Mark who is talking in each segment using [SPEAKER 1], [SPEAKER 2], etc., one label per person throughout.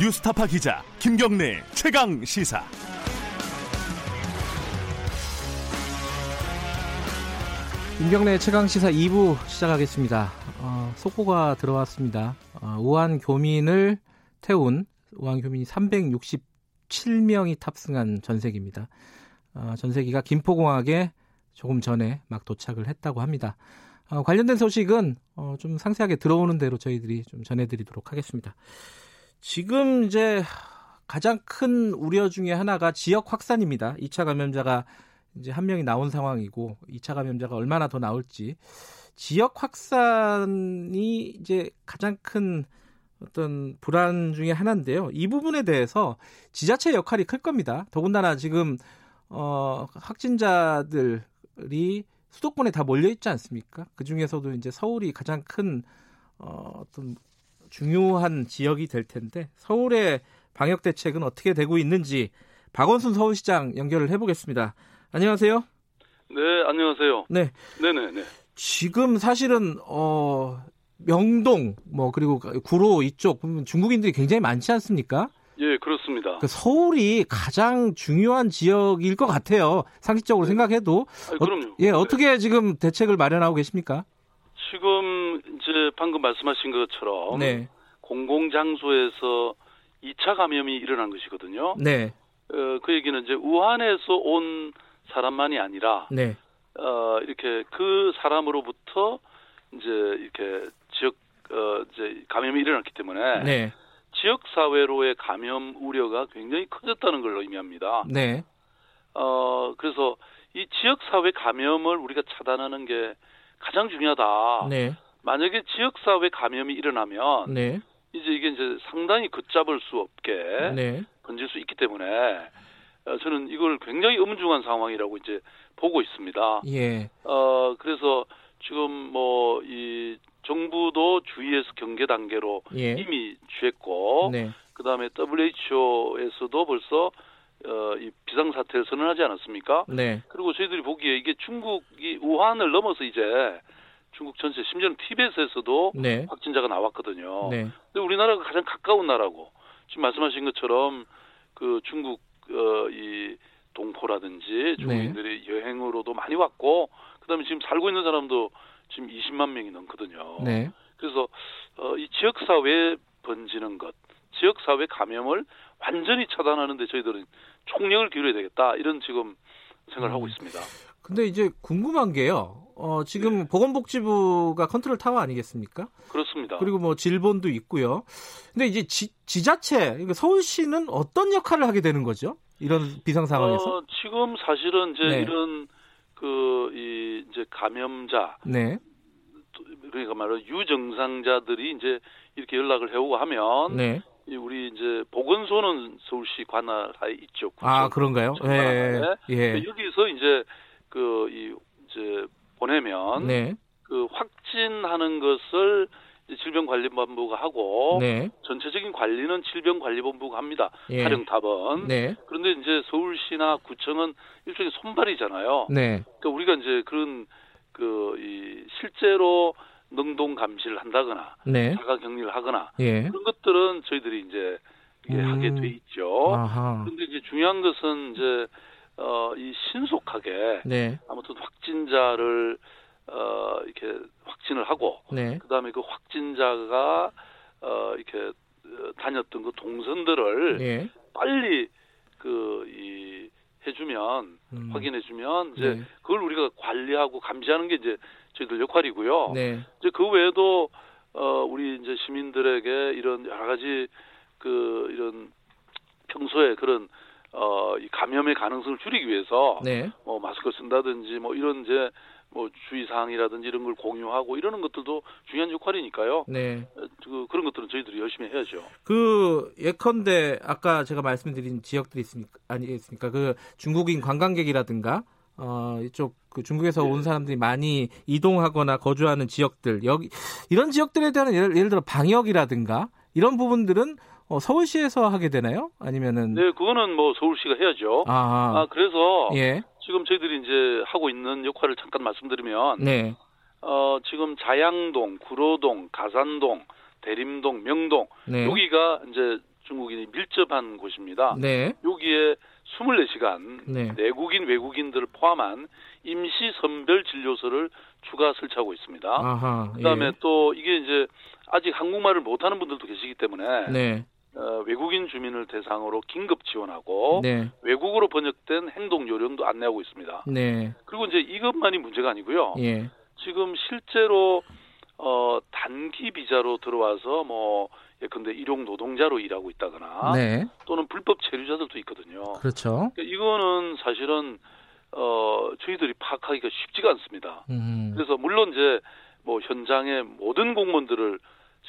[SPEAKER 1] 뉴스타파 기자 김경래 최강 시사.
[SPEAKER 2] 김경래 최강 시사 2부 시작하겠습니다. 어, 속보가 들어왔습니다. 어, 우한 교민을 태운 우한 교민이 367명이 탑승한 전세기입니다. 어, 전세기가 김포공항에 조금 전에 막 도착을 했다고 합니다. 어, 관련된 소식은 어, 좀 상세하게 들어오는 대로 저희들이 좀 전해드리도록 하겠습니다. 지금 이제 가장 큰 우려 중에 하나가 지역 확산입니다. 2차 감염자가 이제 한 명이 나온 상황이고 2차 감염자가 얼마나 더 나올지 지역 확산이 이제 가장 큰 어떤 불안 중에 하나인데요. 이 부분에 대해서 지자체 의 역할이 클 겁니다. 더군다나 지금 어 확진자들이 수도권에 다 몰려 있지 않습니까? 그 중에서도 이제 서울이 가장 큰 어, 어떤 중요한 지역이 될 텐데 서울의 방역 대책은 어떻게 되고 있는지 박원순 서울시장 연결을 해보겠습니다. 안녕하세요.
[SPEAKER 3] 네, 안녕하세요.
[SPEAKER 2] 네,
[SPEAKER 3] 네네네.
[SPEAKER 2] 지금 사실은 어 명동 뭐 그리고 구로 이쪽 보면 중국인들이 굉장히 많지 않습니까?
[SPEAKER 3] 예, 그렇습니다.
[SPEAKER 2] 그 서울이 가장 중요한 지역일 것 같아요. 상식적으로
[SPEAKER 3] 네.
[SPEAKER 2] 생각해도
[SPEAKER 3] 아, 그럼요.
[SPEAKER 2] 예
[SPEAKER 3] 네.
[SPEAKER 2] 어떻게 지금 대책을 마련하고 계십니까?
[SPEAKER 3] 지금 이제 방금 말씀하신 것처럼
[SPEAKER 2] 네,
[SPEAKER 3] 공공장소에서 2차 감염이 일어난 것이거든요.
[SPEAKER 2] 네,
[SPEAKER 3] 어, 그 얘기는 이제 우한에서 온 사람만이 아니라
[SPEAKER 2] 네,
[SPEAKER 3] 어, 이렇게 그 사람으로부터 이제 이렇게 지역 어, 이제 감염이 일어났기 때문에
[SPEAKER 2] 네,
[SPEAKER 3] 지역 사회로의 감염 우려가 굉장히 커졌다는 걸 의미합니다.
[SPEAKER 2] 네,
[SPEAKER 3] 어, 그래서 이 지역사회 감염을 우리가 차단하는 게 가장 중요하다.
[SPEAKER 2] 네,
[SPEAKER 3] 만약에 지역사회 감염이 일어나면
[SPEAKER 2] 네,
[SPEAKER 3] 이제 이게 이제 상당히 걷잡을 수 없게
[SPEAKER 2] 네.
[SPEAKER 3] 번질 수 있기 때문에 어, 저는 이걸 굉장히 엄중한 상황이라고 이제 보고 있습니다.
[SPEAKER 2] 예,
[SPEAKER 3] 어, 그래서 지금 뭐 이 정부도 주의에서 경계 단계로
[SPEAKER 2] 예,
[SPEAKER 3] 이미 취했고
[SPEAKER 2] 네,
[SPEAKER 3] 그다음에 WHO에서도 벌써 어, 이 비상사태를 선언하지 않았습니까?
[SPEAKER 2] 네,
[SPEAKER 3] 그리고 저희들이 보기에 이게 중국이 우한을 넘어서 이제 중국 전체 심지어는 티벳에서도
[SPEAKER 2] 네,
[SPEAKER 3] 확진자가 나왔거든요.
[SPEAKER 2] 네,
[SPEAKER 3] 근데 우리나라가 가장 가까운 나라고 지금 말씀하신 것처럼 그 중국 어, 이
[SPEAKER 2] 네.
[SPEAKER 3] 동포라든지 중국인들이 여행으로도 많이 왔고 그다음에 지금 살고 있는 사람도 지금 20만 명이 넘거든요.
[SPEAKER 2] 네,
[SPEAKER 3] 그래서 어, 이 지역 사회에 번지는 것, 지역 사회 감염을 완전히 차단하는데 저희들은 총력을 기울여야 되겠다 이런 지금 생각을 하고
[SPEAKER 2] 음.
[SPEAKER 3] 있습니다.
[SPEAKER 2] 근데 이제 궁금한 게요. 어, 지금
[SPEAKER 3] 네.
[SPEAKER 2] 보건복지부가 컨트롤 타워 아니겠습니까?
[SPEAKER 3] 그렇습니다.
[SPEAKER 2] 그리고 뭐 질본도 있고요. 근데 이제 지, 지자체, 그러니까 서울시는 어떤 역할을 하게 되는 거죠? 이런 비상 상황에서?
[SPEAKER 3] 어, 지금 사실은 이제
[SPEAKER 2] 네.
[SPEAKER 3] 이런 그 이 이제 감염자
[SPEAKER 2] 네,
[SPEAKER 3] 또 그러니까 말로 유증상자들이 이제 이렇게 연락을 해오고 하면
[SPEAKER 2] 네.
[SPEAKER 3] 이 우리 이제 보건소는 서울시 관할하에 있죠.
[SPEAKER 2] 아,
[SPEAKER 3] 구청.
[SPEAKER 2] 그런가요?
[SPEAKER 3] 구청
[SPEAKER 2] 예,
[SPEAKER 3] 관할하에.
[SPEAKER 2] 예.
[SPEAKER 3] 여기서 이제 그 이 이제 보내면
[SPEAKER 2] 네,
[SPEAKER 3] 그 확진하는 것을 이제 질병관리본부가 하고
[SPEAKER 2] 네,
[SPEAKER 3] 전체적인 관리는 질병관리본부가 합니다.
[SPEAKER 2] 예.
[SPEAKER 3] 사령탑은
[SPEAKER 2] 네,
[SPEAKER 3] 그런데 이제 서울시나 구청은 일종의 손발이잖아요.
[SPEAKER 2] 네,
[SPEAKER 3] 그러니까 우리가 이제 그런 그 이 실제로 능동 감시를 한다거나
[SPEAKER 2] 네,
[SPEAKER 3] 자가 격리를 하거나
[SPEAKER 2] 예.
[SPEAKER 3] 그런 것들은 저희들이 이제 이게
[SPEAKER 2] 음.
[SPEAKER 3] 하게 돼 있죠.
[SPEAKER 2] 아하.
[SPEAKER 3] 그런데 이제 중요한 것은 이제 어, 이 신속하게
[SPEAKER 2] 네,
[SPEAKER 3] 아무튼 확진자를 어, 이렇게 확진을 하고
[SPEAKER 2] 네,
[SPEAKER 3] 그다음에 그 확진자가 어, 이렇게 어, 다녔던 그 동선들을
[SPEAKER 2] 예.
[SPEAKER 3] 빨리 그 이 해주면
[SPEAKER 2] 음,
[SPEAKER 3] 확인해주면 이제
[SPEAKER 2] 네.
[SPEAKER 3] 그걸 우리가 관리하고 감시하는 게 이제 저희들 역할이고요.
[SPEAKER 2] 네,
[SPEAKER 3] 이제 그 외에도 어, 우리 이제 시민들에게 이런 여러 가지 그 이런 평소에 그런 어, 이 감염의 가능성을 줄이기 위해서
[SPEAKER 2] 네,
[SPEAKER 3] 뭐 마스크 를 쓴다든지 뭐 이런 이제 뭐 주의 사항이라든지 이런 걸 공유하고 이러는 것들도 중요한 역할이니까요.
[SPEAKER 2] 네.
[SPEAKER 3] 어, 그, 그런 것들은 저희들이 열심히 해야죠.
[SPEAKER 2] 그 예컨대 아까 제가 말씀드린 지역들이 있습니까? 아니겠습니까? 그 중국인 관광객이라든가 어 이쪽 그 중국에서
[SPEAKER 3] 예.
[SPEAKER 2] 온 사람들이 많이 이동하거나 거주하는 지역들 여기 이런 지역들에 대한 예를, 예를 들어 방역이라든가 이런 부분들은 어, 서울시에서 하게 되나요? 아니면은
[SPEAKER 3] 네, 그거는 뭐 서울시가 해야죠. 아,
[SPEAKER 2] 아,
[SPEAKER 3] 그래서
[SPEAKER 2] 예,
[SPEAKER 3] 지금 저희들이 이제 하고 있는 역할을 잠깐 말씀드리면
[SPEAKER 2] 네,
[SPEAKER 3] 어, 지금 자양동, 구로동, 가산동, 대림동, 명동
[SPEAKER 2] 네,
[SPEAKER 3] 여기가 이제 중국인이 밀접한 곳입니다.
[SPEAKER 2] 네.
[SPEAKER 3] 여기에 24시간
[SPEAKER 2] 네.
[SPEAKER 3] 내국인 외국인들을 포함한 임시 선별 진료소를 추가 설치하고 있습니다.
[SPEAKER 2] 아하. 예.
[SPEAKER 3] 그다음에 또 이게 이제 아직 한국말을 못하는 분들도 계시기 때문에
[SPEAKER 2] 네.
[SPEAKER 3] 어, 외국인 주민을 대상으로 긴급 지원하고
[SPEAKER 2] 네.
[SPEAKER 3] 외국어로 번역된 행동 요령도 안내하고 있습니다.
[SPEAKER 2] 네.
[SPEAKER 3] 그리고 이제 이것만이 문제가 아니고요.
[SPEAKER 2] 예.
[SPEAKER 3] 지금 실제로 어, 단기 비자로 들어와서 뭐 예컨대 일용 노동자로 일하고 있다거나
[SPEAKER 2] 네.
[SPEAKER 3] 또는 불법 체류자들도 있거든요.
[SPEAKER 2] 그렇죠.
[SPEAKER 3] 그러니까 이거는 사실은 어, 저희들이 파악하기가 쉽지가 않습니다.
[SPEAKER 2] 음.
[SPEAKER 3] 그래서 물론 이제 뭐 현장의 모든 공무원들을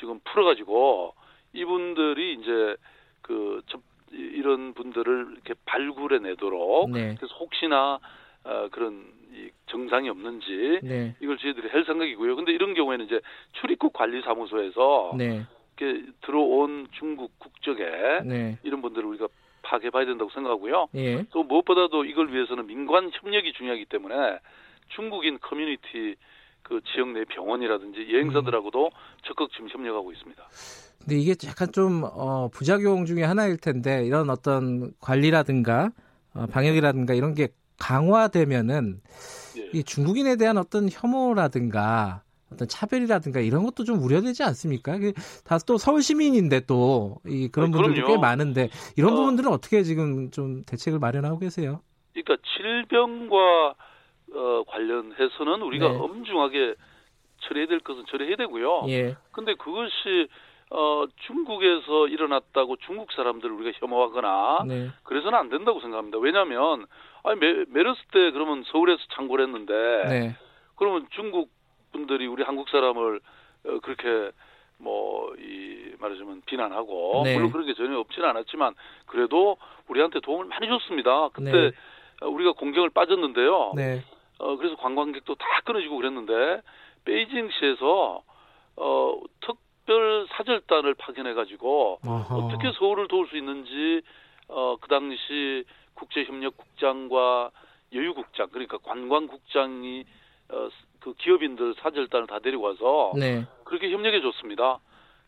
[SPEAKER 3] 지금 풀어가지고 이분들이 이제 그 접- 이런 분들을 이렇게 발굴해 내도록
[SPEAKER 2] 네.
[SPEAKER 3] 그래서 혹시나 어, 그런 이 정상이 없는지
[SPEAKER 2] 네.
[SPEAKER 3] 이걸 저희들이 할 생각이고요. 근데 이런 경우에는 이제 출입국 관리 사무소에서
[SPEAKER 2] 네.
[SPEAKER 3] 이렇게 들어온 중국 국적에
[SPEAKER 2] 네.
[SPEAKER 3] 이런 분들을 우리가 파악해봐야 된다고 생각하고요.
[SPEAKER 2] 예.
[SPEAKER 3] 또 무엇보다도 이걸 위해서는 민관 협력이 중요하기 때문에 중국인 커뮤니티 그 지역 내 병원이라든지
[SPEAKER 2] 음.
[SPEAKER 3] 여행사들하고도 적극 지금 협력하고 있습니다.
[SPEAKER 2] 근데 이게 약간 좀 어, 부작용 중에 하나일 텐데 이런 어떤 관리라든가 어, 방역이라든가 이런 게 강화되면은
[SPEAKER 3] 예.
[SPEAKER 2] 이 중국인에 대한 어떤 혐오라든가 어떤 차별이라든가 이런 것도 좀 우려되지 않습니까? 다 또 서울 시민인데 또 이 그런
[SPEAKER 3] 아,
[SPEAKER 2] 분들도 꽤
[SPEAKER 3] 그럼요.
[SPEAKER 2] 많은데 이런
[SPEAKER 3] 어.
[SPEAKER 2] 부분들은 어떻게 지금 좀 대책을 마련하고 계세요?
[SPEAKER 3] 그러니까 질병과 어, 관련해서는 우리가
[SPEAKER 2] 네.
[SPEAKER 3] 엄중하게 처리해야 될 것은 처리해야 되고요.
[SPEAKER 2] 예,
[SPEAKER 3] 근데 그것이 어, 중국에서 일어났다고 중국 사람들을 우리가 혐오하거나
[SPEAKER 2] 네,
[SPEAKER 3] 그래서는 안 된다고 생각합니다. 왜냐하면 아니 메, 메르스 때 그러면 서울에서 창궐 했는데
[SPEAKER 2] 네,
[SPEAKER 3] 그러면 중국 분들이 우리 한국 사람을 어, 그렇게 뭐 이 말하자면 비난하고
[SPEAKER 2] 네.
[SPEAKER 3] 물론 그런 게 전혀 없지는 않았지만 그래도 우리한테 도움을 많이 줬습니다. 그때
[SPEAKER 2] 네.
[SPEAKER 3] 어, 우리가 공격을 빠졌는데요.
[SPEAKER 2] 네,
[SPEAKER 3] 어, 그래서 관광객도 다 끊어지고 그랬는데 베이징시에서 어, 특별 사절단을 파견해 가지고
[SPEAKER 2] 어허.
[SPEAKER 3] 어떻게 서울을 도울 수 있는지 어, 그 당시 국제협력국장과 여유국장 그러니까 관광국장이 어, 그 기업인들 사절단을 다 데리고 와서
[SPEAKER 2] 네,
[SPEAKER 3] 그렇게 협력해 줬습니다.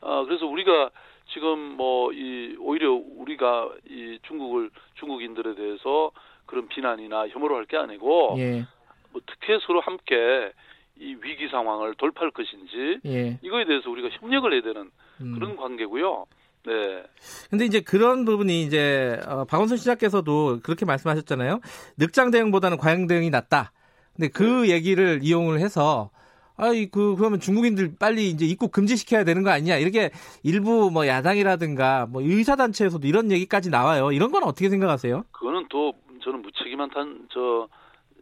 [SPEAKER 3] 어, 그래서 우리가 지금 뭐 이 오히려 우리가 이 중국을 중국인들에 대해서 그런 비난이나 혐오로 할 게 아니고
[SPEAKER 2] 예,
[SPEAKER 3] 어떻게 서로 뭐 함께 이 위기 상황을 돌파할 것인지
[SPEAKER 2] 예.
[SPEAKER 3] 이거에 대해서 우리가 협력을 해야 되는
[SPEAKER 2] 음.
[SPEAKER 3] 그런 관계고요. 네.
[SPEAKER 2] 근데 이제 그런 부분이 이제 어, 박원순 시장께서도 그렇게 말씀하셨잖아요. 늑장 대응보다는 과잉 대응이 낫다. 근데
[SPEAKER 3] 음.
[SPEAKER 2] 그 얘기를 이용을 해서 아이 그 그러면 중국인들 빨리 이제 입국 금지시켜야 되는 거 아니냐 이렇게 일부 뭐 야당이라든가 뭐 의사 단체에서도 이런 얘기까지 나와요. 이런 건 어떻게 생각하세요?
[SPEAKER 3] 그거는 또 저는 무책임한 탄, 저,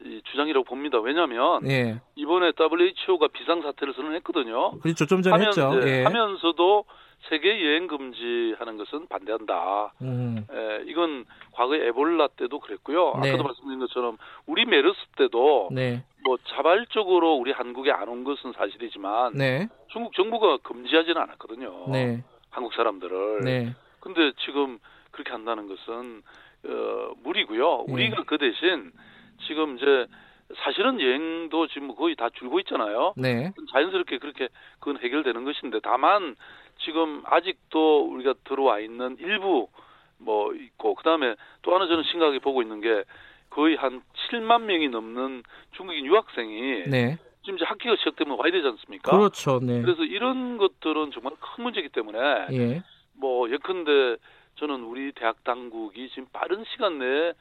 [SPEAKER 3] 이 주장이라고 봅니다. 왜냐하면
[SPEAKER 2] 예,
[SPEAKER 3] 이번에 WHO가 비상사태를 선언했거든요.
[SPEAKER 2] 그렇죠. 좀 전에 했죠.
[SPEAKER 3] 네,
[SPEAKER 2] 예.
[SPEAKER 3] 하면서도 세계 여행 금지하는 것은 반대한다.
[SPEAKER 2] 음,
[SPEAKER 3] 에, 이건 과거에 에볼라 때도 그랬고요.
[SPEAKER 2] 네.
[SPEAKER 3] 아까도 말씀드린 것처럼 우리 메르스 때도
[SPEAKER 2] 네,
[SPEAKER 3] 뭐 자발적으로 우리 한국에 안 온 것은 사실이지만
[SPEAKER 2] 네,
[SPEAKER 3] 중국 정부가 금지하지는 않았거든요.
[SPEAKER 2] 네,
[SPEAKER 3] 한국 사람들을.
[SPEAKER 2] 네,
[SPEAKER 3] 근데 지금 그렇게 한다는 것은 어, 무리고요.
[SPEAKER 2] 네.
[SPEAKER 3] 우리가 그 대신 지금 이제 사실은 여행도 지금 거의 다 줄고 있잖아요.
[SPEAKER 2] 네,
[SPEAKER 3] 자연스럽게 그렇게 그건 해결되는 것인데 다만 지금 아직도 우리가 들어와 있는 일부 뭐 있고 그다음에 또 하나 저는 심각하게 보고 있는 게 거의 한 7만 명이 넘는 중국인 유학생이
[SPEAKER 2] 네.
[SPEAKER 3] 지금 이제 학기가 시작되면 와야 되지 않습니까?
[SPEAKER 2] 그렇죠. 네,
[SPEAKER 3] 그래서 이런 것들은 정말 큰 문제이기 때문에
[SPEAKER 2] 예,
[SPEAKER 3] 뭐 예컨대 저는 우리 대학 당국이 지금 빠른 시간 내에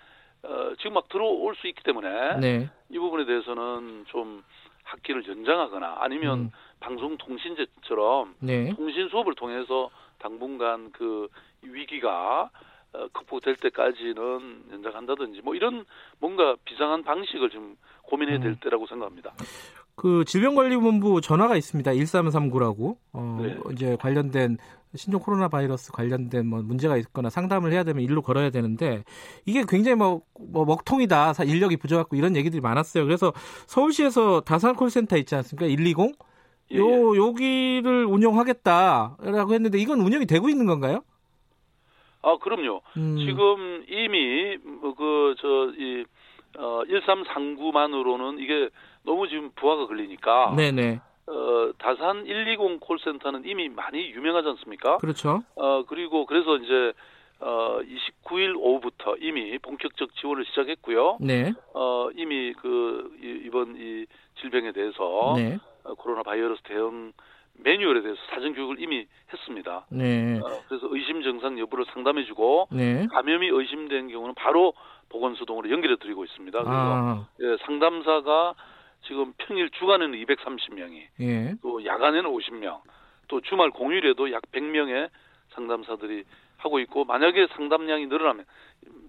[SPEAKER 3] 어, 지금 막 들어올 수 있기 때문에
[SPEAKER 2] 네.
[SPEAKER 3] 이 부분에 대해서는 좀 학기를 연장하거나 아니면
[SPEAKER 2] 음,
[SPEAKER 3] 방송통신제처럼
[SPEAKER 2] 네,
[SPEAKER 3] 통신 수업을 통해서 당분간 그 위기가 어, 극복될 때까지는 연장한다든지 뭐 이런 뭔가 비상한 방식을 지금 고민해야 될
[SPEAKER 2] 음.
[SPEAKER 3] 때라고 생각합니다.
[SPEAKER 2] 그 질병관리본부 전화가 있습니다. 1339라고 어,
[SPEAKER 3] 네.
[SPEAKER 2] 이제 관련된 신종 코로나 바이러스 관련된 뭐 문제가 있거나 상담을 해야 되면 일로 걸어야 되는데 이게 굉장히 뭐, 뭐 먹통이다, 사- 인력이 부족하고 이런 얘기들이 많았어요. 그래서 서울시에서 다산 콜센터 있지 않습니까? 120
[SPEAKER 3] 예, 예.
[SPEAKER 2] 요 여기를 운영하겠다라고 했는데 이건 운영이 되고 있는 건가요?
[SPEAKER 3] 아 그럼요.
[SPEAKER 2] 음,
[SPEAKER 3] 지금 이미 뭐 그저이 어, 1339만으로는 이게 너무 지금 부하가 걸리니까
[SPEAKER 2] 네네
[SPEAKER 3] 어, 다산 120 콜센터는 이미 많이 유명하지 않습니까?
[SPEAKER 2] 그렇죠.
[SPEAKER 3] 어, 그리고 그래서 이제 어, 29일 오후부터 이미 본격적 지원을 시작했고요.
[SPEAKER 2] 네.
[SPEAKER 3] 어, 이미 그 이- 이번 이 질병에 대해서
[SPEAKER 2] 네.
[SPEAKER 3] 어, 코로나 바이러스 대응 매뉴얼에 대해서 사전 교육을 이미 했습니다.
[SPEAKER 2] 네.
[SPEAKER 3] 어, 그래서 의심 증상 여부를 상담해주고
[SPEAKER 2] 네.
[SPEAKER 3] 감염이 의심된 경우는 바로 보건소동으로 연결해 드리고 있습니다. 그래서
[SPEAKER 2] 아,
[SPEAKER 3] 예, 상담사가 지금 평일 주간에는 230명이
[SPEAKER 2] 예.
[SPEAKER 3] 또 야간에는 50명 또 주말 공휴일에도 약 100명의 상담사들이 하고 있고 만약에 상담량이 늘어나면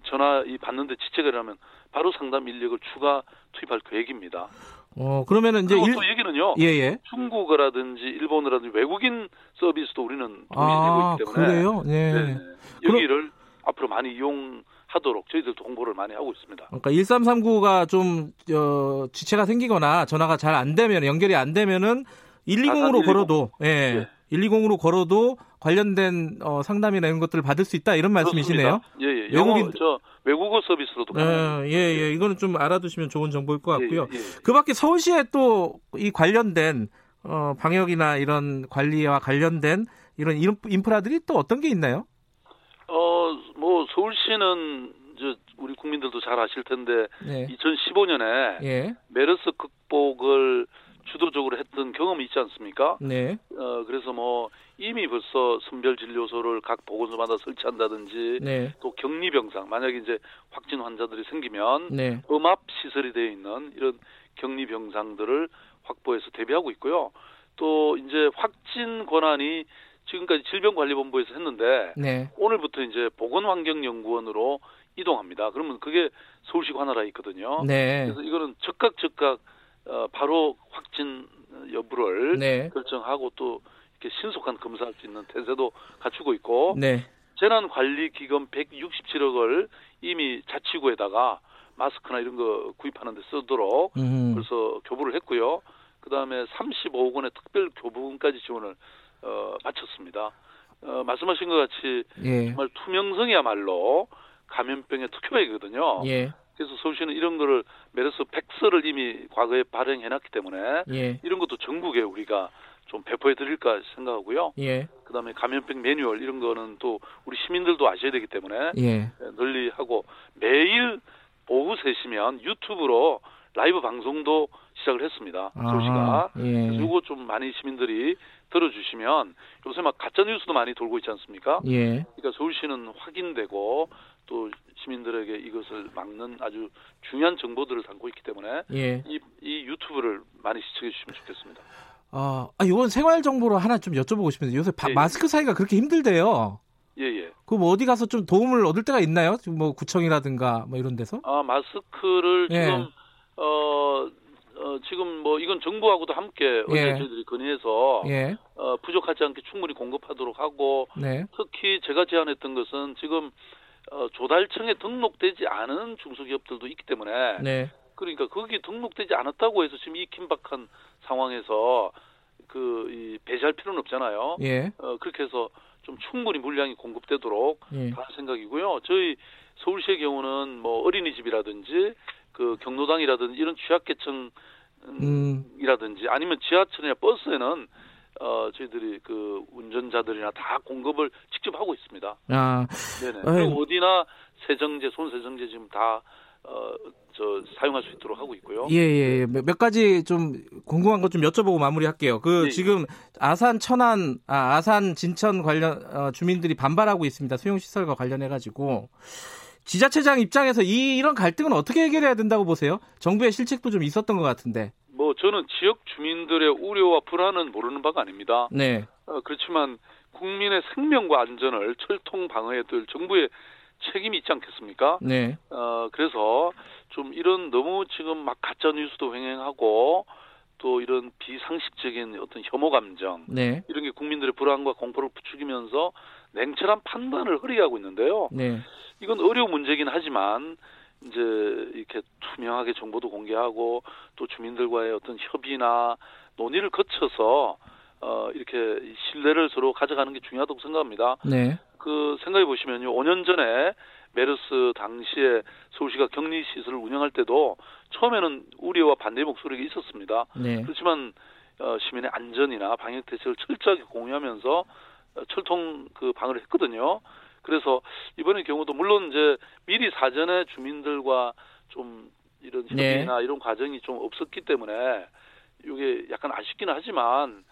[SPEAKER 3] 전화 이 받는데 지체가 일어나면 바로 상담 인력을 추가 투입할 계획입니다.
[SPEAKER 2] 어, 그러면은 이제
[SPEAKER 3] 그리고
[SPEAKER 2] 일
[SPEAKER 3] 또 얘기는요.
[SPEAKER 2] 예, 예.
[SPEAKER 3] 중국어라든지 일본어라든지 외국인 서비스도 우리는
[SPEAKER 2] 아,
[SPEAKER 3] 동시에 되고 있기 때문에
[SPEAKER 2] 그래요? 네.
[SPEAKER 3] 네, 네. 여기를 앞으로 많이 이용하도록 저희들도 홍보를 많이 하고 있습니다.
[SPEAKER 2] 그러니까 1339가 좀 어, 지체가 생기거나 전화가 잘 안 되면 연결이 안
[SPEAKER 3] 아,
[SPEAKER 2] 되면은 120으로
[SPEAKER 3] 4310.
[SPEAKER 2] 걸어도 예. 120으로 걸어도 관련된 어, 상담이나 이런 것들을 받을 수 있다 이런 말씀이시네요.
[SPEAKER 3] 예, 예.
[SPEAKER 2] 외국인-
[SPEAKER 3] 영어, 저 외국어 서비스로도 가능합니다.
[SPEAKER 2] 예, 예, 예. 이거는 좀 알아두시면 좋은 정보일 것 같고요.
[SPEAKER 3] 예, 예.
[SPEAKER 2] 그 밖에 서울시에 또 이 관련된 어, 방역이나 이런 관리와 관련된 이런 인- 인프라들이 또 어떤 게 있나요?
[SPEAKER 3] 어, 뭐 서울시는 이제 우리 국민들도 잘 아실 텐데
[SPEAKER 2] 네.
[SPEAKER 3] 2015년에
[SPEAKER 2] 예.
[SPEAKER 3] 메르스 극복을 주도적으로 했던 경험이 있지 않습니까?
[SPEAKER 2] 네.
[SPEAKER 3] 어, 그래서 뭐 이미 벌써 선별 진료소를 각 보건소마다 설치한다든지
[SPEAKER 2] 네.
[SPEAKER 3] 또 격리 병상 만약에 이제 확진 환자들이 생기면
[SPEAKER 2] 네.
[SPEAKER 3] 음압 시설이 되어 있는 이런 격리 병상들을 확보해서 대비하고 있고요. 또 이제 확진 권한이 지금까지 질병관리본부에서 했는데
[SPEAKER 2] 네.
[SPEAKER 3] 오늘부터 이제 보건환경연구원으로 이동합니다. 그러면 그게 서울시 관할에 있거든요.
[SPEAKER 2] 네.
[SPEAKER 3] 그래서 이거는 즉각 즉각 어, 바로 확진 여부를
[SPEAKER 2] 네.
[SPEAKER 3] 결정하고 또 이렇게 신속한 검사할 수 있는 태세도 갖추고 있고
[SPEAKER 2] 네.
[SPEAKER 3] 재난관리기금 167억을 이미 자치구에다가 마스크나 이런 거 구입하는 데 쓰도록
[SPEAKER 2] 음.
[SPEAKER 3] 그래서 교부를 했고요. 그 다음에 35억 원의 특별 교부금까지 지원을 어, 마쳤습니다. 어, 말씀하신 것 같이
[SPEAKER 2] 예.
[SPEAKER 3] 정말 투명성이야말로 감염병의 특효약이거든요.
[SPEAKER 2] 예.
[SPEAKER 3] 그래서 서울시는 이런 거를 메르스 100서를 이미 과거에 발행해놨기 때문에
[SPEAKER 2] 예.
[SPEAKER 3] 이런 것도 전국에 우리가 좀 배포해 드릴까 생각하고요.
[SPEAKER 2] 예.
[SPEAKER 3] 그다음에 감염병 매뉴얼 이런 거는 또 우리 시민들도 아셔야 되기 때문에
[SPEAKER 2] 예.
[SPEAKER 3] 널리 하고 매일 오후 3시면 유튜브로 라이브 방송도 시작을 했습니다.
[SPEAKER 2] 아,
[SPEAKER 3] 서울시가.
[SPEAKER 2] 예.
[SPEAKER 3] 그래서 이거 좀 많이 시민들이 들어주시면 요새 막 가짜 뉴스도 많이 돌고 있지 않습니까?
[SPEAKER 2] 예.
[SPEAKER 3] 그러니까 서울시는 확인되고 또 시민들에게 이것을 막는 아주 중요한 정보들을 담고 있기 때문에
[SPEAKER 2] 예.
[SPEAKER 3] 이, 이 유튜브를 많이 시청해 주시면 좋겠습니다.
[SPEAKER 2] 어, 아, 요건 생활 정보로 하나 좀 여쭤보고 싶은데 요새 바-
[SPEAKER 3] 예.
[SPEAKER 2] 마스크 사이가 그렇게 힘들대요.
[SPEAKER 3] 예, 예.
[SPEAKER 2] 그럼 뭐 어디 가서 좀 도움을 얻을 때가 있나요? 지금 뭐 구청이라든가 뭐 이런 데서?
[SPEAKER 3] 아 마스크를
[SPEAKER 2] 예.
[SPEAKER 3] 지금 어, 어, 지금 뭐 이건 정부하고도 함께 어제
[SPEAKER 2] 예.
[SPEAKER 3] 저희들이 건의해서
[SPEAKER 2] 예.
[SPEAKER 3] 어, 부족하지 않게 충분히 공급하도록 하고
[SPEAKER 2] 네.
[SPEAKER 3] 특히 제가 제안했던 것은 지금 어, 조달청에 등록되지 않은 중소기업들도 있기 때문에
[SPEAKER 2] 네.
[SPEAKER 3] 그러니까 거기 등록되지 않았다고 해서 지금 이 긴박한 상황에서 그 이 배제할 필요는 없잖아요.
[SPEAKER 2] 예.
[SPEAKER 3] 어, 그렇게 해서 좀 충분히 물량이 공급되도록
[SPEAKER 2] 예.
[SPEAKER 3] 다 생각이고요. 저희 서울시의 경우는 뭐 어린이집이라든지 그 경로당이라든지 이런 취약계층
[SPEAKER 2] 음.
[SPEAKER 3] 이라든지 아니면 지하철이나 버스에는 어 저희들이 그 운전자들이나 다 공급을 직접 하고 있습니다.
[SPEAKER 2] 아,
[SPEAKER 3] 네네.
[SPEAKER 2] 아이고.
[SPEAKER 3] 그리고 어디나 세정제, 손세정제 지금 다어저 사용할 수 있도록 하고 있고요.
[SPEAKER 2] 예, 예, 예. 몇, 몇 가지 좀 궁금한 것 좀 여쭤보고 마무리할게요. 그
[SPEAKER 3] 예, 예.
[SPEAKER 2] 지금 아산 천안, 아, 아산 진천 관련 어, 주민들이 반발하고 있습니다. 수용 시설과 관련해 가지고 지자체장 입장에서 이 이런 갈등은 어떻게 해결해야 된다고 보세요? 정부의 실책도 좀 있었던 것 같은데.
[SPEAKER 3] 뭐 저는 지역 주민들의 우려와 불안은 모르는 바가 아닙니다.
[SPEAKER 2] 네,
[SPEAKER 3] 어, 그렇지만 국민의 생명과 안전을 철통 방어해야 될 정부의 책임이 있지 않겠습니까?
[SPEAKER 2] 네,
[SPEAKER 3] 어, 그래서 좀 이런 너무 지금 막 가짜 뉴스도 횡행하고 또 이런 비상식적인 어떤 혐오 감정
[SPEAKER 2] 네,
[SPEAKER 3] 이런 게 국민들의 불안과 공포를 부추기면서 냉철한 판단을 허리하고 있는데요.
[SPEAKER 2] 네,
[SPEAKER 3] 이건 어려운 문제긴 하지만 이제 이렇게 투명하게 정보도 공개하고 또 주민들과의 어떤 협의나 논의를 거쳐서 어 이렇게 이 신뢰를 서로 가져가는 게 중요하다고 생각합니다.
[SPEAKER 2] 네,
[SPEAKER 3] 그 생각해 보시면요. 5년 전에 메르스 당시에 서울시가 격리 시설을 운영할 때도 처음에는 우려와 반대 목소리가 있었습니다.
[SPEAKER 2] 네,
[SPEAKER 3] 그렇지만 어, 시민의 안전이나 방역 대책을 철저하게 공유하면서 어, 철통 그 방어를 했거든요. 그래서 이번의 경우도 물론 이제 미리 사전에 주민들과 좀 이런
[SPEAKER 4] 네.
[SPEAKER 3] 협의나 이런 과정이 좀 없었기 때문에 이게 약간 아쉽기는 하지만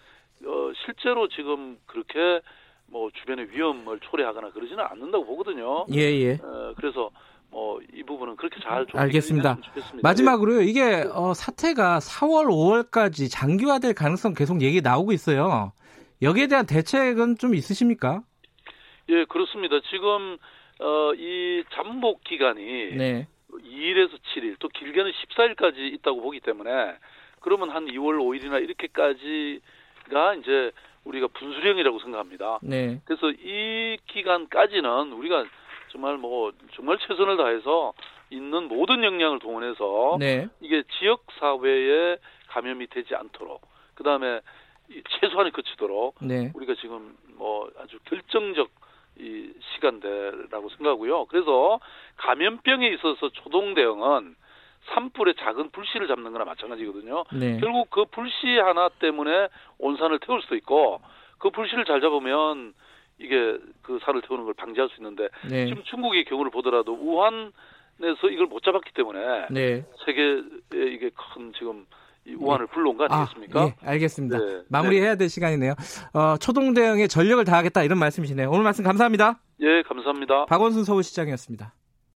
[SPEAKER 3] 어, 실제로 지금 그렇게 뭐 주변의 위험을 초래하거나 그러지는 않는다고 보거든요.
[SPEAKER 2] 예, 예.
[SPEAKER 3] 어, 그래서 뭐 이 부분은 그렇게 잘 좀.
[SPEAKER 2] 알겠습니다.
[SPEAKER 3] 해결이 됐으면 좋겠습니다.
[SPEAKER 2] 마지막으로요. 이게 어, 사태가 4월, 5월까지 장기화될 가능성 계속 얘기 나오고 있어요. 여기에 대한 대책은 좀 있으십니까?
[SPEAKER 3] 예, 그렇습니다. 지금 어, 이 잠복 기간이
[SPEAKER 4] 네.
[SPEAKER 3] 2일에서 7일, 또 길게는 14일까지 있다고 보기 때문에 그러면 한 2월 5일이나 이렇게까지가 이제 우리가 분수령이라고 생각합니다.
[SPEAKER 4] 네.
[SPEAKER 3] 그래서 이 기간까지는 우리가 정말 뭐 정말 최선을 다해서 있는 모든 역량을 동원해서
[SPEAKER 4] 네.
[SPEAKER 3] 이게 지역 사회에 감염이 되지 않도록 그다음에 이 최소한에 그치도록
[SPEAKER 4] 네.
[SPEAKER 3] 우리가 지금 뭐 아주 결정적 이 시간대라고 생각하고요. 그래서 감염병에 있어서 초동 대응은 산불의 작은 불씨를 잡는 거나 마찬가지거든요.
[SPEAKER 4] 네.
[SPEAKER 3] 결국 그 불씨 하나 때문에 온산을 태울 수도 있고 그 불씨를 잘 잡으면 이게 그 산을 태우는 걸 방지할 수 있는데
[SPEAKER 4] 네.
[SPEAKER 3] 지금 중국의 경우를 보더라도 우한에서 이걸 못 잡았기 때문에
[SPEAKER 4] 네.
[SPEAKER 3] 세계에 이게 큰 지금 이 우한을 불러온 거 아니겠습니까?
[SPEAKER 2] 예, 알겠습니다.
[SPEAKER 3] 네.
[SPEAKER 2] 마무리해야 될 시간이네요. 어, 초동 대응에 전력을 다하겠다 이런 말씀이시네요. 오늘 말씀 감사합니다.
[SPEAKER 3] 예, 감사합니다.
[SPEAKER 2] 박원순 서울시장이었습니다.